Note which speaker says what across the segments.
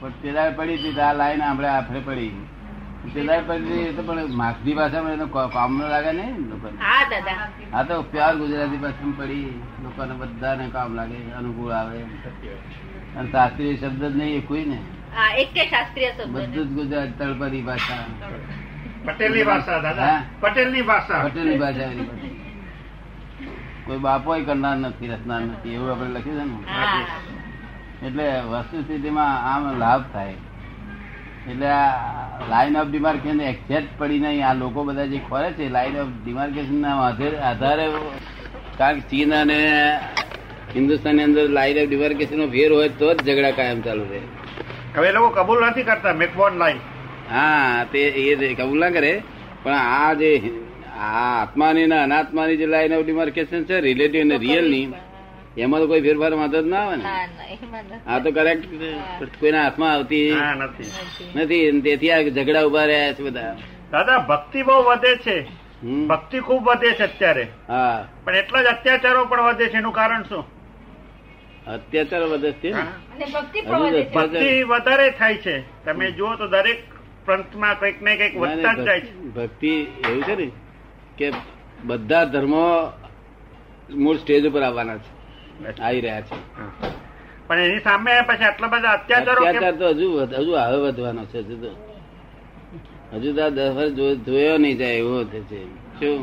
Speaker 1: પણ પેલા પડી હતી તો આ લાઈન આપણે આફરે પડી પેલા પડી એ તો પણ માખની ભાષામાં એનો કો- કામનો લાગે નહીં લોકોને
Speaker 2: હા દાદા
Speaker 1: આ તો પ્યાર ગુજરાતી ભાષામાં પડી લોકોને બધાને કામ લાગે અનુકૂળ આવે અને શાસ્ત્રીય શબ્દ જ નહીં કોઈ ને
Speaker 2: હા એક કે શાસ્ત્રીય શબ્દ
Speaker 1: બધું જ ગુજરાત તળપદી ભાષા
Speaker 3: પટેલની ભાષા દાદા
Speaker 1: હા.
Speaker 3: પટેલની ભાષા
Speaker 1: પટેલની ભાષા એની બધી. કોઈ બાપો કરનાર નથી રચનાર નથી એવું આપણે લખ્યું છે ને
Speaker 2: હા
Speaker 1: એટલે વસ્તુ સ્થિતિમાં આમ લાભ થાય એટલે આ લાઇન ઓફ ડિમાર્કેશન એક્ઝેક્ટ પડી નહીં આ લોકો બધા જે ખોરે છે લાઇન ઓફ ડિમાર્કેશનના આધારે આધારે કારણ કે ચીન અને હિન્દુસ્તાનની અંદર લાઇન ઓફ ડિમાર્કેશનનો ફેર હોય તો જ ઝઘડા કાયમ ચાલુ રહે
Speaker 3: હવે એ લોકો કબૂલ નથી કરતા મેકબોર્ન લાઈન
Speaker 1: હા તે એ જ કબૂલ ના કરે પણ આ જે આ આત્માની ને અનાત્માની જે લાઇન ઓફ ડિમાર્કેશન છે રિલેટિવ અને રિયલની એમાં તો કોઈ ફેરફાર વાંધો જ ના આવે ને
Speaker 2: ના ના એમાં નથી.
Speaker 1: આ તો કરેક્ટ કોઈના હાથમાં આવતી
Speaker 3: હા નથી
Speaker 2: નથી
Speaker 1: નથી અને તેથી આ ઝઘડા ઉભા રહ્યા છે બધા
Speaker 3: દાદા ભક્તિ બહુ વધે છે
Speaker 1: હમ?
Speaker 3: ભક્તિ ખૂબ વધે છે અત્યારે
Speaker 1: હા
Speaker 3: પણ એટલા જ અત્યાચારો પણ વધે છે એનું કારણ શું
Speaker 1: અત્યાચાર વધે છે ને?
Speaker 3: હા.
Speaker 2: અને ભક્તિ
Speaker 1: હજુ તો
Speaker 2: પ્રવાહ
Speaker 1: અત્યાચાર-
Speaker 3: ભક્તિ વધારે થાય છે તમે જુઓ તો દરેક પંથમાં કંઈક ને કંઈક
Speaker 1: ના,
Speaker 3: વધતા
Speaker 1: ના,
Speaker 3: જ જાય છે
Speaker 1: ભક્તિ- ભક્તિ એવું છે ને કે બધા ધર્મો મૂળ સ્ટેજ ઉપર આવવાના છે આવી રહ્યા છે
Speaker 3: હા. પણ એની સામે પછી આટલા બધા અત્યાચારો કેમ?
Speaker 1: અત્યાચાર તો હજુ વધ- હજુ હવે વધવાનો છે હજુ તો હજુ તો આ દફર જો- જોયો નહીં જાય એવો થશે શું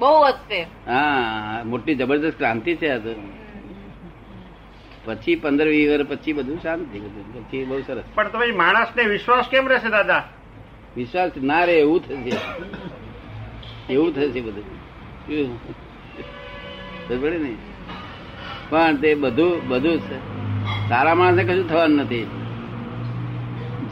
Speaker 2: બહુ વધશે
Speaker 1: હા મોટી જબરદસ્ત ક્રાંતિ છે આ તો પછી પંદર વીસ વર્ષ પછી બધું શાંત થઈ ગયું પછી બહુ સરસ
Speaker 3: પણ તો પછી માણસને વિશ્વાસ કેમ રહેશે દાદા
Speaker 1: વિશ્વાસ ના રે એવું થશે એવું થશે બધું શું? ખબર પડી ને? પણ તે બધું બધું જ છે. સારા માણસને કશું થવાનું નથી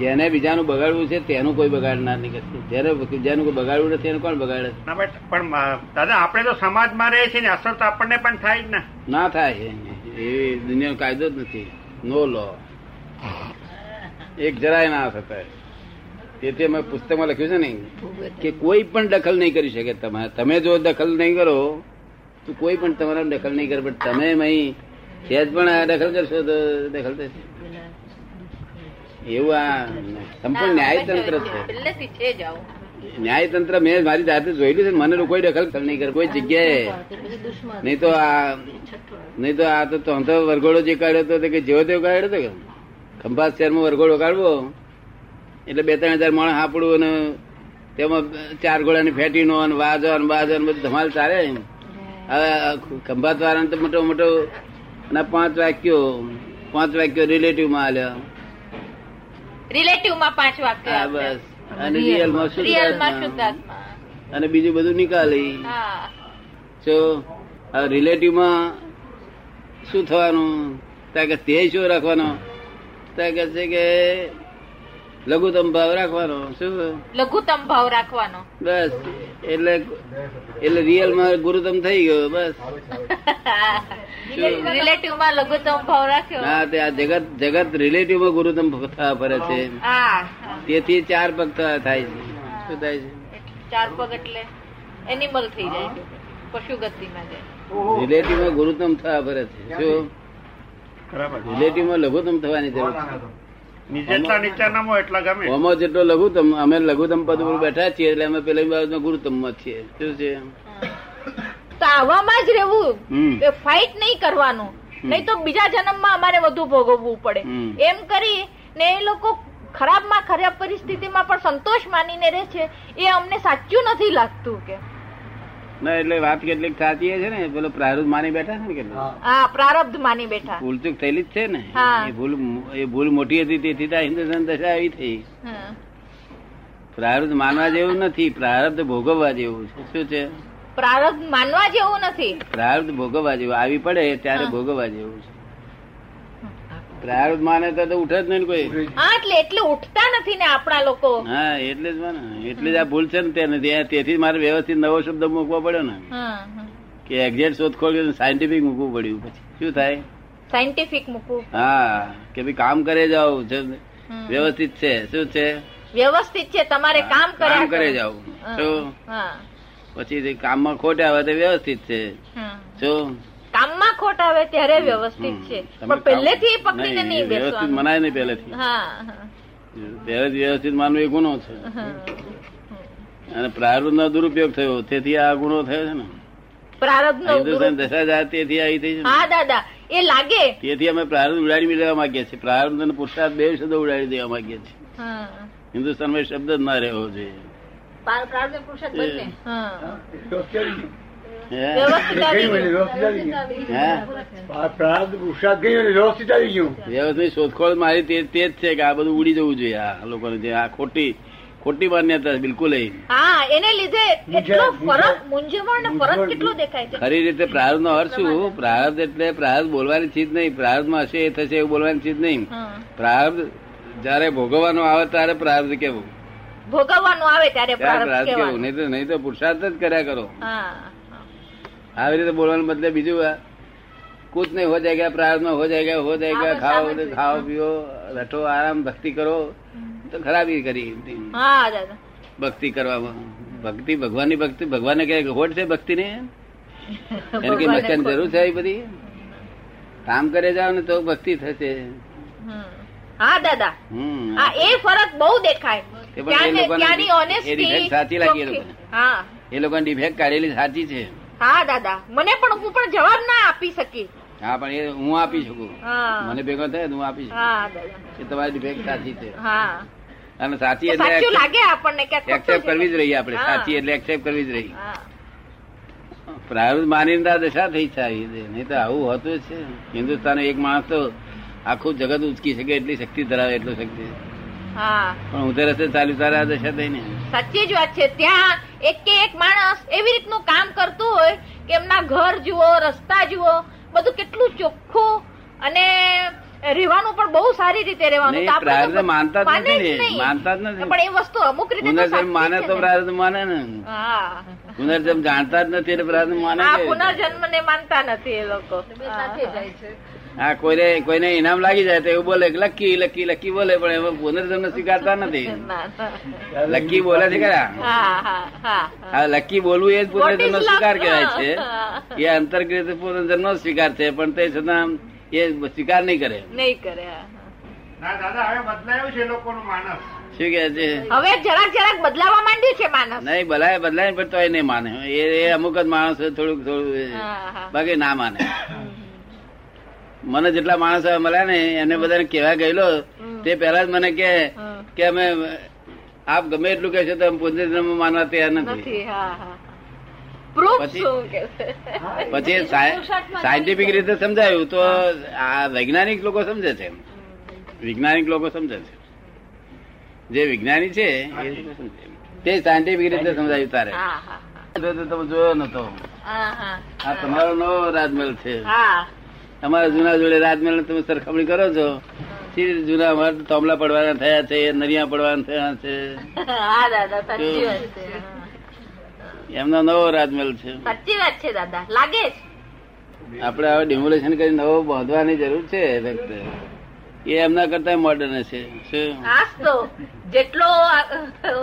Speaker 1: જેને બીજાનું બગાડવું છે તેનું કોઈ બગાડનાર નહીં કશું જેને જેનું કોઈ બગાડવું નથી એનું કોણ બગાડે
Speaker 3: ના બટ પણ મા- દાદા આપણે તો સમાજમાં રહીએ છીએ ને અસર તો આપણને પણ થાય જ ને
Speaker 1: ના થાય એ દુનિયાનો કાયદો જ નથી નો લો એક જરાય ના થતા તેથી અમે પુસ્તકમાં લખ્યું છે ને કે કોઈ પણ દખલ નહીં કરી શકે તમે તમે જો દખલ નહીં કરો તો કોઈ પણ તમારા દખલ નહીં કરે પણ તમે અહીં સહેજ પણ આ દખલ કરશો તો દખલ થશે એવું આ સંપૂર્ણ ન્યાયતંત્ર છે
Speaker 2: પહેલેથી છે જ આવું
Speaker 1: ન્યાયતંત્ર મેં મારી જાતે જોયેલું છે ને મને કોઈ દખલ નહીં કરે કોઈ જગ્યાએ નહીં તો આ નહીં તો આ તો ચોથો વરઘોડો જે કાઢ્યો હતો તે કે જેવો તેવો કાઢ્યો હતો કે ખંભાત શહેરમાં વરઘોડો કાઢવો એટલે બે ત્રણ હજાર માણસ આપડું અને તેમાં ચાર ઘોડાની ફેટીનો અને વાજો અને બાજો અને બધું ધમાલ ચાલે હવે આ ખંભાત વાળાને તો મોટો મોટો અને પાંચ વાક્યો પાંચ વાક્યો રિલેટિવમાં આલ્યા
Speaker 2: રિલેટિવ માં પાંચ
Speaker 1: હા
Speaker 2: વાક્ય
Speaker 1: બસ અને રિયલમાં
Speaker 2: રિયલ માં
Speaker 1: શુદ્ધ
Speaker 2: શુદ્ધાત્મા
Speaker 1: અને બીજું બધું નીકાળી
Speaker 2: હા
Speaker 1: જો આ રિલેટિવમાં શું થવાનું ત્યાં કે તે શું રાખવાનો ત્યાં કે છે કે લઘુત્તમ ભાવ રાખવાનો શું
Speaker 2: લઘુત્તમ ભાવ રાખવાનો
Speaker 1: બસ એટલે એટલે રિયલમાં ગુરુત્તમ થઈ ગયો બસ શું?
Speaker 2: રિલેટિવ માં લઘુત્તમ ભાવ રાખ્યો
Speaker 1: ના તે આ જગત જગત રિલેટિવમાં ગુરુત્તમ થવા ફરે છે
Speaker 2: હા હા.
Speaker 1: તેથી ચાર પગ થવા થાય છે શું થાય છે
Speaker 2: ચાર પગ એટલે એનિમલ થઈ જાય છે. પશુ ગતિમાં જાય
Speaker 1: રિલેટિવમાં ગુરુત્તમ થવા ફરે છે શું
Speaker 3: બરાબર
Speaker 1: રિલેટિવમાં લઘુત્તમ થવાની જરૂર છે
Speaker 3: જેટલા નીચાનામાં હોય એટલા ગમે
Speaker 1: ઓમો જેટલો લઘુત્તમ અમે લઘુત્તમ પદ ઉપર બેઠા છીએ એટલે અમે પેલા બાજુ ગુરુત્તમ માં છીએ શું છે
Speaker 2: તો આવામાં જ રહેવું
Speaker 1: હમ.
Speaker 2: એ ફાઇટ નહીં કરવાનું નહીં તો બીજા જન્મમાં અમારે વધુ ભોગવવું
Speaker 1: હમ.
Speaker 2: પડે એમ કરી ને એ લોકો ખરાબમાં ખરાબ પરિસ્થિતિમાં પણ સંતોષ માનીને રહે છે એ અમને સાચું નથી લાગતું કે
Speaker 1: ના એટલે વાત કેટલીક સાચી એ છે ને પેલો પ્રારૂધ માની બેઠા છે ને કેટલા
Speaker 2: હા પ્રારબ્ધ માની બેઠા
Speaker 1: ભૂલચૂક થયેલી જ છે ને
Speaker 2: હા.
Speaker 1: એ ભૂલ એ ભૂલ મોટી હતી તેથી તો આ હિન્દુસ્તાન દશા આવી થઈ
Speaker 2: હમ.
Speaker 1: પ્રારૂધ માનવા જેવું નથી પ્રારબ્ધ ભોગવવા જેવું છે શું છે
Speaker 2: પ્રારબ્ધ માનવા જેવું નથી
Speaker 1: પ્રારબ્ધ ભોગવવા જેવું આવી પડે ત્યારે
Speaker 2: હા.
Speaker 1: ભોગવવા જેવું છે પ્રારબ્ધ માને તો તો ઉઠે જ નહીં ને કોઈ
Speaker 2: હા એટલે એટલે ઉઠતા નથી ને આપણા લોકો
Speaker 1: હા એટલે જ માને એટલે જ આ ભૂલ છે ને તેને ત્યાં- તેથી જ મારે વ્યવસ્થિત નવો શબ્દ મૂકવો પડ્યો ને
Speaker 2: હમ, હમ.
Speaker 1: કે એક્ઝેક્ટ શોધખોળ સાયન્ટિફિક મૂકવું પડ્યું પછી શું થાય
Speaker 2: સાયન્ટિફિક મૂકવું
Speaker 1: હા કે ભાઈ કામ કરે જાઓ છે.
Speaker 2: હમ.
Speaker 1: વ્યવસ્થિત છે શું છે
Speaker 2: વ્યવસ્થિત છે તમારે કામ કર્યા
Speaker 1: કામ કરે
Speaker 2: કરો.
Speaker 1: જાઓ
Speaker 2: હા,
Speaker 1: શું
Speaker 2: હા.
Speaker 1: પછી જે કામમાં ખોટા હોય તે વ્યવસ્થિત છે
Speaker 2: હમ.
Speaker 1: શું
Speaker 2: કામમાં ખોટ આવે ત્યારે વ્યવસ્થિત
Speaker 1: હમ.
Speaker 2: છે
Speaker 1: તમે
Speaker 2: પણ પહેલેથી એ
Speaker 1: કામ-
Speaker 2: પકડીને
Speaker 1: નહીં,
Speaker 2: નહીં
Speaker 1: વ્યવસ્થિત
Speaker 2: બેસવાનું
Speaker 1: મનાય નહીં પહેલેથી
Speaker 2: હા હા,
Speaker 1: ત્યારે જ વ્યવસ્થિત માનવું એ ગુનો છે
Speaker 2: હા
Speaker 1: અને પ્રારબ્ધનો દુરુપયોગ થયો તેથી આ ગુનો થયો છે ને
Speaker 2: પ્રારબ્ધનો
Speaker 1: હિન્દુસ્તાન
Speaker 2: દુરુપ-
Speaker 1: દશા જાત તેથી આવી થઈ છે ને.
Speaker 2: હા દાદા એ લાગે
Speaker 1: તેથી અમે પ્રારબ્ધ ઉડાડી લેવા માંગીએ છીએ પ્રારબ્ધ અને પુરુષાર્થ બે શબ્દ ઉડાડી દેવા માંગીએ છીએ
Speaker 2: હા
Speaker 1: હિન્દુસ્તાનમાં એ શબ્દ જ ના રહેવો જોઈએ
Speaker 4: પ્રાર્થના પુરુષાર્થ બંને
Speaker 2: હા
Speaker 1: હે?
Speaker 2: વ્યવસ્થિત આવી
Speaker 5: ગયું
Speaker 2: ગયું.
Speaker 5: વ્યવસ્થિત આવી ગયું
Speaker 1: હે?
Speaker 5: આ પ્રાર્થ પુરુષાર્થ ગયું એટલે વ્યવસ્થિત આવી ગયું
Speaker 1: વ્યવસ્થિત શોધખોળ મારી તે તે જ છે કે આ બધું ઉડી જવું જોઈએ આ લોકોને જે આ ખોટી ખોટી માન્યતા છે, બિલકુલ નહીં
Speaker 2: હા એને લીધે એટલો
Speaker 5: મૂંઝાય,
Speaker 2: ફરક મૂંઝવણ ને ફરક
Speaker 5: મૂંઝવણ.
Speaker 2: કેટલો દેખાય છે
Speaker 1: ખરી રીતે પ્રારબ્ધ નો અર્થ શું પ્રારબ્ધ એટલે પ્રારબ્ધ બોલવાની ચીજ નહીં પ્રારબ્ધમાં હશે એ થશે એવું બોલવાની ચીજ નહીં
Speaker 2: હા.
Speaker 1: પ્રારબ્ધ જયારે ભોગવવાનો આવે ત્યારે પ્રારબ્ધ કેવું
Speaker 2: ભોગવવાનું આવે ત્યારે
Speaker 1: ત્યારે
Speaker 2: પ્રારબ્ધ
Speaker 1: પ્રારબ્ધ કેવું
Speaker 2: કહેવાનું
Speaker 1: નહીં તો નહીં તો પુરુષાર્થ જ કર્યા કરો
Speaker 2: હા
Speaker 1: આવી રીતે બોલવાનું બદલે બીજું આ કુછ નહીં હો જાયગા પ્રાર્થના હો જાયગા હો જાયગા ખાઓ તો ખાઓ પીઓ રટો આરામ ભક્તિ કરો તો ખરાબી કરી
Speaker 2: હા દાદા
Speaker 1: ભક્તિ કરવામાં ભક્તિ ભગવાનની ભક્તિ ભગવાનને ક્યાંય ખોટ છે ભક્તિને એને કઈ
Speaker 2: ભગવાને
Speaker 1: મસ્કાની
Speaker 2: ખોટ.
Speaker 1: જરૂર છે એ બધી કામ કરે જાવ ને તો ભક્તિ થશે
Speaker 2: હમ. હા દાદા
Speaker 1: હમ
Speaker 2: હા એ ફરક બહુ દેખાય
Speaker 1: એ પણ એ
Speaker 2: ત્યાંને-
Speaker 1: લોકોને
Speaker 2: ત્યાંની
Speaker 1: એ
Speaker 2: ઓનેસ્ટી
Speaker 1: defect સાચી લાગી એ
Speaker 2: ચોખ્ખી.
Speaker 1: લોકોને.
Speaker 2: હા
Speaker 1: એ લોકોની ડિફેક્ટ કાઢેલી સાચી છે
Speaker 2: હા દાદા મને પણ હું પણ જવાબ ના આપી શકી
Speaker 1: હા પણ એ હું આપી શકું
Speaker 2: હા.
Speaker 1: મને ભેગો થાય તો હું આપી શકું
Speaker 2: હા દાદા
Speaker 1: એ તમારી ડિફેક્ટ સાચી છે
Speaker 2: હા
Speaker 1: અને સાચી
Speaker 2: તો સાચું
Speaker 1: એટલે
Speaker 2: લાગે આપણને કે આ ખોટું
Speaker 1: એક્સેપ્ટ
Speaker 2: છે.
Speaker 1: કરવી જ રહી આપણે
Speaker 2: હા.
Speaker 1: સાચી એટલે એક્સેપ્ટ કરવી જ રહી
Speaker 2: હા.
Speaker 1: પ્રારબ્ધ માનીને આ દશા થઈ છે આવી રીતે. નહીં તો આવું હોતું જ છે હિન્દુસ્તાન એક માણસ તો આખું જગત ઉચકી શકે એટલી શક્તિ ધરાવે એટલું શક્તિ
Speaker 2: હા
Speaker 1: પણ ઉધે રસ્તે ચાલ્યું તારે આ દશા થઈ ને
Speaker 2: સાચી જ વાત છે ત્યાં એક કે એક માણસ એવી રીતનું કામ કરતું હોય કે એમના ઘર જુઓ રસ્તા જુઓ બધું કેટલું ચોખ્ખું અને રહેવાનું પણ બહુ સારી રીતે રહેવાનું
Speaker 1: નહીં,
Speaker 2: તો આપણે તો
Speaker 1: પ્રાર્થના માનતા જ
Speaker 2: માને જ
Speaker 1: નથી ને,
Speaker 2: નહીં.
Speaker 1: માનતા જ નથી.
Speaker 2: પણ એ વસ્તુ અમુક રીતે તો
Speaker 1: પુનર્જન્મ
Speaker 2: સાચી
Speaker 1: માને
Speaker 2: છે
Speaker 1: તો
Speaker 2: ને.
Speaker 1: પ્રાર્થ માને ને
Speaker 2: હા
Speaker 1: પુનર્જન્મ જાણતા જ નથી એટલે પ્રાર્થ માને
Speaker 2: હા
Speaker 1: છે.
Speaker 2: પુનર્જન્મ ને માનતા નથી એ લોકો
Speaker 4: બે સાથે જાય છે
Speaker 1: આ કોઈને કોઈને ઇનામ લાગી જાય તો એવું બોલે કે લકી લકી લકી બોલે પણ એમાં પુનર્જન્મ સ્વીકારતા નથી
Speaker 2: ના, ના.
Speaker 1: લકી બોલે છે ખરા
Speaker 2: હા હા હા હા.
Speaker 1: આ લકી બોલવું એ જ પુનર્જન્મ
Speaker 2: What is luck?
Speaker 1: સ્વીકાર કહેવાય છે
Speaker 2: હા.
Speaker 1: એ અંતર્ગત પુનર્જન્મ સ્વીકાર છે પણ તે છતાં એ સ્વીકાર નહીં કરે
Speaker 2: નહીં કરે હા,
Speaker 3: ના દાદા હવે બદલાયું છે એ લોકોનું માનસ
Speaker 1: શું કે છે
Speaker 2: હા. હવે જરાક જરાક બદલાવા માંડ્યું છે માણસ
Speaker 1: નહીં બલાય બદલાય પણ તોય નહીં માને એ એ અમુક જ માણસો થોડુંક થોડું એ-
Speaker 2: હા, હા.
Speaker 1: બાકી ના માને મને જેટલા માણસો મળ્યા ને એને બધાને કહેવા ગયેલો તે પહેલા જ મને કે
Speaker 2: હમ.
Speaker 1: કે અમે આપ ગમે એટલું કહેશો તો અમે પુનર્જન્મ માનવા તૈયાર નથી
Speaker 2: નથી હા હા પ્રૂફ
Speaker 1: પછી-
Speaker 2: શું કે છે?
Speaker 1: પછી સાયન્ટિફિક રીતે સમજાયું તો આ વૈજ્ઞાનિક લોકો સમજે છે વૈજ્ઞાનિક લોકો સમજે છે જે વિજ્ઞાની છે એ લોકો સમજે. તે સાયન્ટિફિક રીતે સમજાયું તારે
Speaker 2: હા હા
Speaker 1: તો તો તમે જોયો નતો
Speaker 2: હા હા
Speaker 1: આ તમારો નવો રાજમહેલ છે
Speaker 2: હા
Speaker 1: અમારા જૂના જોડે રાજમહેલ તમે સરખામણી કરો છો સી રીતે જૂના અમારે તો તોમલા પડવાના થયા છે નરિયા પડવાના થયા છે
Speaker 2: હા દાદા સાચી વાત છે
Speaker 1: એમનો નવો રાજમહેલ છે
Speaker 2: સાચી વાત છે દાદા લાગે જ
Speaker 1: આપણે હવે ડિમોલેશન કરી નવો બાંધવાની જરૂર છે ફક્ત એ એમના કરતા મોડર્ન છે શું
Speaker 2: આજ તો જેટલો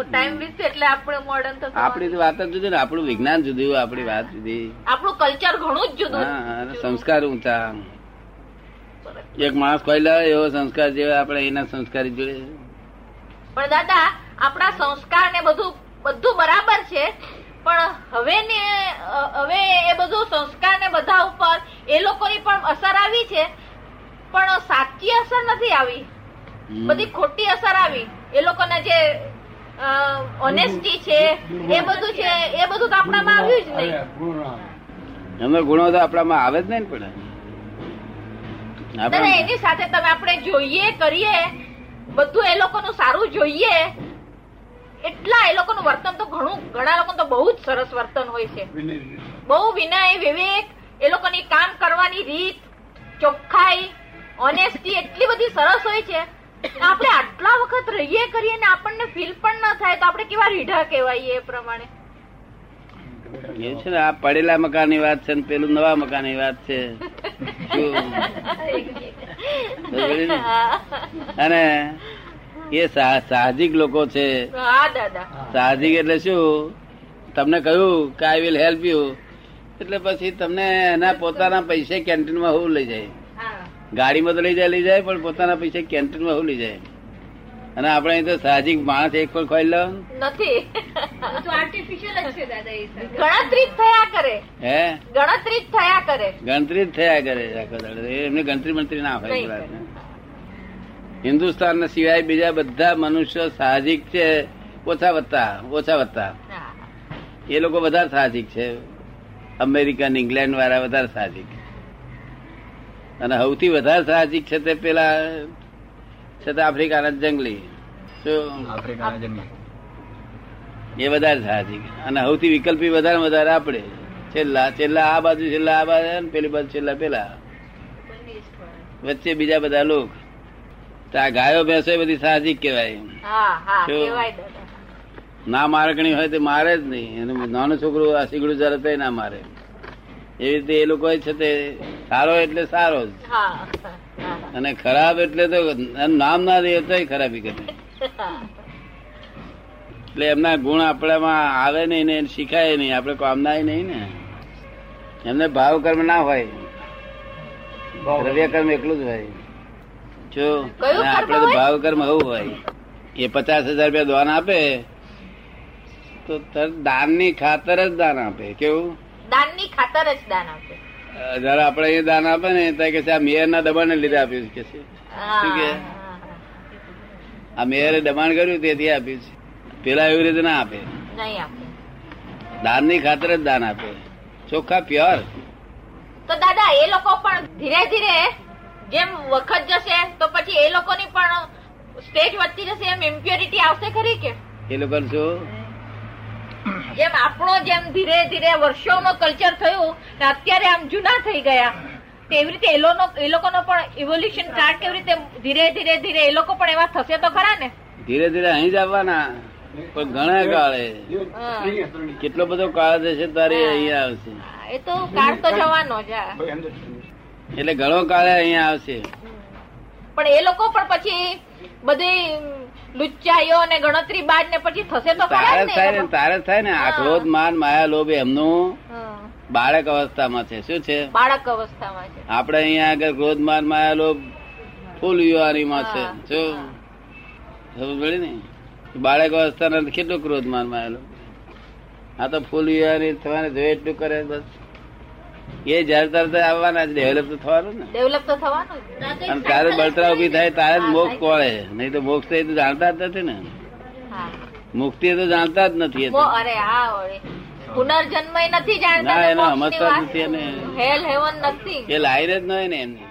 Speaker 2: ટાઈમ વીતશે એટલે આપણે મોડર્ન થશે
Speaker 1: આપણી તો વાત જ જુદી ને આપણું વિજ્ઞાન જુદું આપણી વાત જુદી
Speaker 2: આપણું કલ્ચર ઘણું જ જુદું
Speaker 1: હા અને સંસ્કાર ઊંચા એક માણસ ખોઈ લાવે એવો સંસ્કાર જેવો આપણે એના સંસ્કારી જોડે
Speaker 2: પણ દાદા આપણા સંસ્કાર ને બધું બધું બરાબર છે પણ હવે ને અ, હવે એ બધું સંસ્કાર ને બધા ઉપર એ લોકોની પણ અસર આવી છે પણ સાચી અસર નથી આવી
Speaker 1: હમ.
Speaker 2: બધી ખોટી અસર આવી એ લોકોના જે ઓનેસ્ટી છે એ બધું છે એ બધું તો આપણામાં આવ્યું જ નહીં
Speaker 1: એમનો ગુણો તો આપણામાં આવે જ નહીં ને પણ
Speaker 2: દાદા
Speaker 1: આપણા
Speaker 2: એની સાથે તમે આપણે જોઈએ કરીએ બધું એ લોકોનું સારું જોઈએ એટલા એ લોકોનું વર્તન તો ઘણું ઘણા લોકો તો બહુ જ સરસ વર્તન હોય છે બહુ વિનય વિવેક એ લોકોની કામ કરવાની રીત ચોખ્ખાઈ ઓનેસ્ટી એટલી બધી સરસ હોય છે આપણે આટલા વખત રહીએ કરીએ ને આપણને ફીલ પણ ન થાય તો આપણે કેવા રીઢા કહેવાય એ પ્રમાણે
Speaker 1: એ છે ને આ પડેલા મકાનની વાત છે ને પેલું નવા મકાનની વાત છે શું? બરોબર ને? અને એ સા- સાહજિક લોકો છે
Speaker 2: હા દાદા
Speaker 1: સાહજિક એટલે શું તમને કહ્યું કે આઈ વિલ હેલ્પ યુ એટલે પછી તમને એના પોતાના પૈસે કેન્ટીનમાં હોવું લઈ જાય
Speaker 4: હા
Speaker 1: ગાડીમાં તો લઈ જાય લઈ જાય પણ પોતાના પૈસે કેન્ટીનમાં હોવું લઈ જાય અને આપણે અહીં તો સાહજિક માણસ એક પણ ખોઈ લો
Speaker 2: નથી
Speaker 4: એ તો આર્ટિફિશિયલ જ છે દાદા એ સર
Speaker 2: ગણતરી જ થયા કરે
Speaker 1: હે
Speaker 2: ગણતરી જ થયા કરે
Speaker 1: ગણતરી જ થયા કરે આખો દાડો. એ એમને ગણતરી મંતરી ના હોય
Speaker 2: નહીં.
Speaker 1: એ વાતને. હિન્દુસ્તાનના સિવાય બીજા બધા મનુષ્યો સાહજિક છે ઓછા વત્તા ઓછા વત્તા
Speaker 2: હા.
Speaker 1: એ લોકો વધારે સાહજિક છે અમેરિકન ઇંગ્લેન્ડ વાળા વધારે સાહજિક અને સૌથી વધારે સાહજિક છે તે પેલા છે તે આફ્રિકાના જંગલી શું?
Speaker 5: આફ્રિકાના જંગલ
Speaker 1: એ વધારે સાહજિક અને સૌથી વિકલ્પી વધારે ને વધારે આપણે છેલ્લા છેલ્લા આ બાજુ છેલ્લા આ બાજુ અને પેલી બાજુ છેલ્લા પેલા
Speaker 4: બંને જ થોડા.
Speaker 1: વચ્ચે બીજા બધા લોકો તો આ ગાયો ભેંસો એ બધી સાહજિક કહેવાય
Speaker 2: હા હા
Speaker 1: જો.
Speaker 2: કહેવાય દાદા
Speaker 1: ના મારકણી હોય તો મારે જ નહીં અને નાનું છોકરું આ સીગડું જરા તોય ના મારે એવી રીતે એ લોકો છે તે સારો એટલે સારો જ
Speaker 2: હા હા, હા.
Speaker 1: અને ખરાબ એટલે તો એનું નામ ના દે તોય ખરાબી કરે એટલે એમના ગુણ આપણામાં આવે નહીં ને શીખાય નહીં આપણે કામનાય નહીં ને એમને ભાવ કર્મ ના હોય દ્રવ્ય કર્મ એટલું જ હોય જો
Speaker 2: કયું
Speaker 1: અને
Speaker 2: કર્મ
Speaker 1: આપણે તો
Speaker 2: હોય?
Speaker 1: ભાવ કર્મ હોવું હોય એ પચાસ હજાર રૂપિયા દાન આપે તો તરત દાનની ખાતર જ દાન આપે કેવું
Speaker 2: દાનની ખાતર જ દાન આપે
Speaker 1: અ, જયારે આપણે એ દાન આપે ને ત્યારે કે છે આ મેયરના દબાણને લીધે આપ્યું છે કે છે
Speaker 2: હા,
Speaker 1: શું કે?
Speaker 2: હા, હા.
Speaker 1: આ મેયરે દબાણ કર્યું તેથી આપ્યું છે પેલા એવી રીતે ના આપે
Speaker 2: નહીં આપે
Speaker 1: દાનની ખાતર જ દાન આપે ચોખ્ખા પ્યોર
Speaker 2: તો દાદા એ લોકો પણ ધીરે ધીરે જેમ વખત જશે તો પછી એ લોકોની પણ સ્ટેજ વધતી જશે એમ ઇમ્પ્યોરિટી આવશે ખરી કે
Speaker 1: એ લોકો શું
Speaker 2: જેમ આપણો જેમ ધીરે ધીરે વર્ષોનો કલ્ચર થયું ને અત્યારે આમ જૂના થઈ ગયા તેવી રીતે એ લોકોનો એ લોકોનો પણ ઇવોલ્યુશન ચાર્ટ કેવી રીતે ધીરે ધીરે ધીરે એ લોકો પણ એવા થશે તો ખરા ને
Speaker 1: ધીરે ધીરે અહીં જ આવવાના પણ ઘણા કાળે કેટલો બધો કાળ જશે તારે અહીંયા આવશે
Speaker 2: એ તો કાળ તો જવાનો જ હા.
Speaker 1: એટલે ઘણો કાળે અહીંયા આવશે
Speaker 2: પણ એ લોકો પણ પછી બધી લુચ્ચાઈઓ અને ગણતરી બાદ ને પછી થશે તો ખરા
Speaker 1: તારે જ
Speaker 2: જ ને
Speaker 1: થાય
Speaker 2: એ
Speaker 1: ને
Speaker 2: લોકો.
Speaker 1: તારે જ થાય ને આ ક્રોધ માન માયા લોભ એમનું
Speaker 2: હા.
Speaker 1: બાળક અવસ્થામાં છે શું છે
Speaker 2: બાળક અવસ્થામાં છે
Speaker 1: આપણે અહીંયા આગળ ક્રોધ માન માયા લોભ ફૂલ યુવાનીમાં છે
Speaker 2: હા,
Speaker 1: શું
Speaker 2: હા.
Speaker 1: ખબર પડી ને બાળક અવસ્થાના કેટલો ક્રોધ માન માયેલો આ તો ફૂલ યુવાની થવાને જોઈએ એટલું કરે બસ એ જ્યારે તારે ત્યારે આવવાના જ ડેવલપ તો થવાનું ને
Speaker 2: ડેવલપ તો થવાનું જ ને.
Speaker 1: અને તારે બળતરા ઉભી થાય તારે જ મોક્ષ કોળે નહીં તો મોક્ષ તો એ તો જાણતા જ નથી ને
Speaker 2: હા.
Speaker 1: મુક્તિ એ તો જાણતા જ નથી એ તો.
Speaker 2: મો- અરે હા વળી. પુનર્જન્મય નથી જાણતા
Speaker 1: ના,
Speaker 2: ને
Speaker 1: એનો
Speaker 2: મોક્ષની
Speaker 1: સમજતા જ
Speaker 2: વાત.
Speaker 1: નથી એને.
Speaker 2: Hell, heaven નથી
Speaker 1: એ લાઈને જ નહીં ને એમની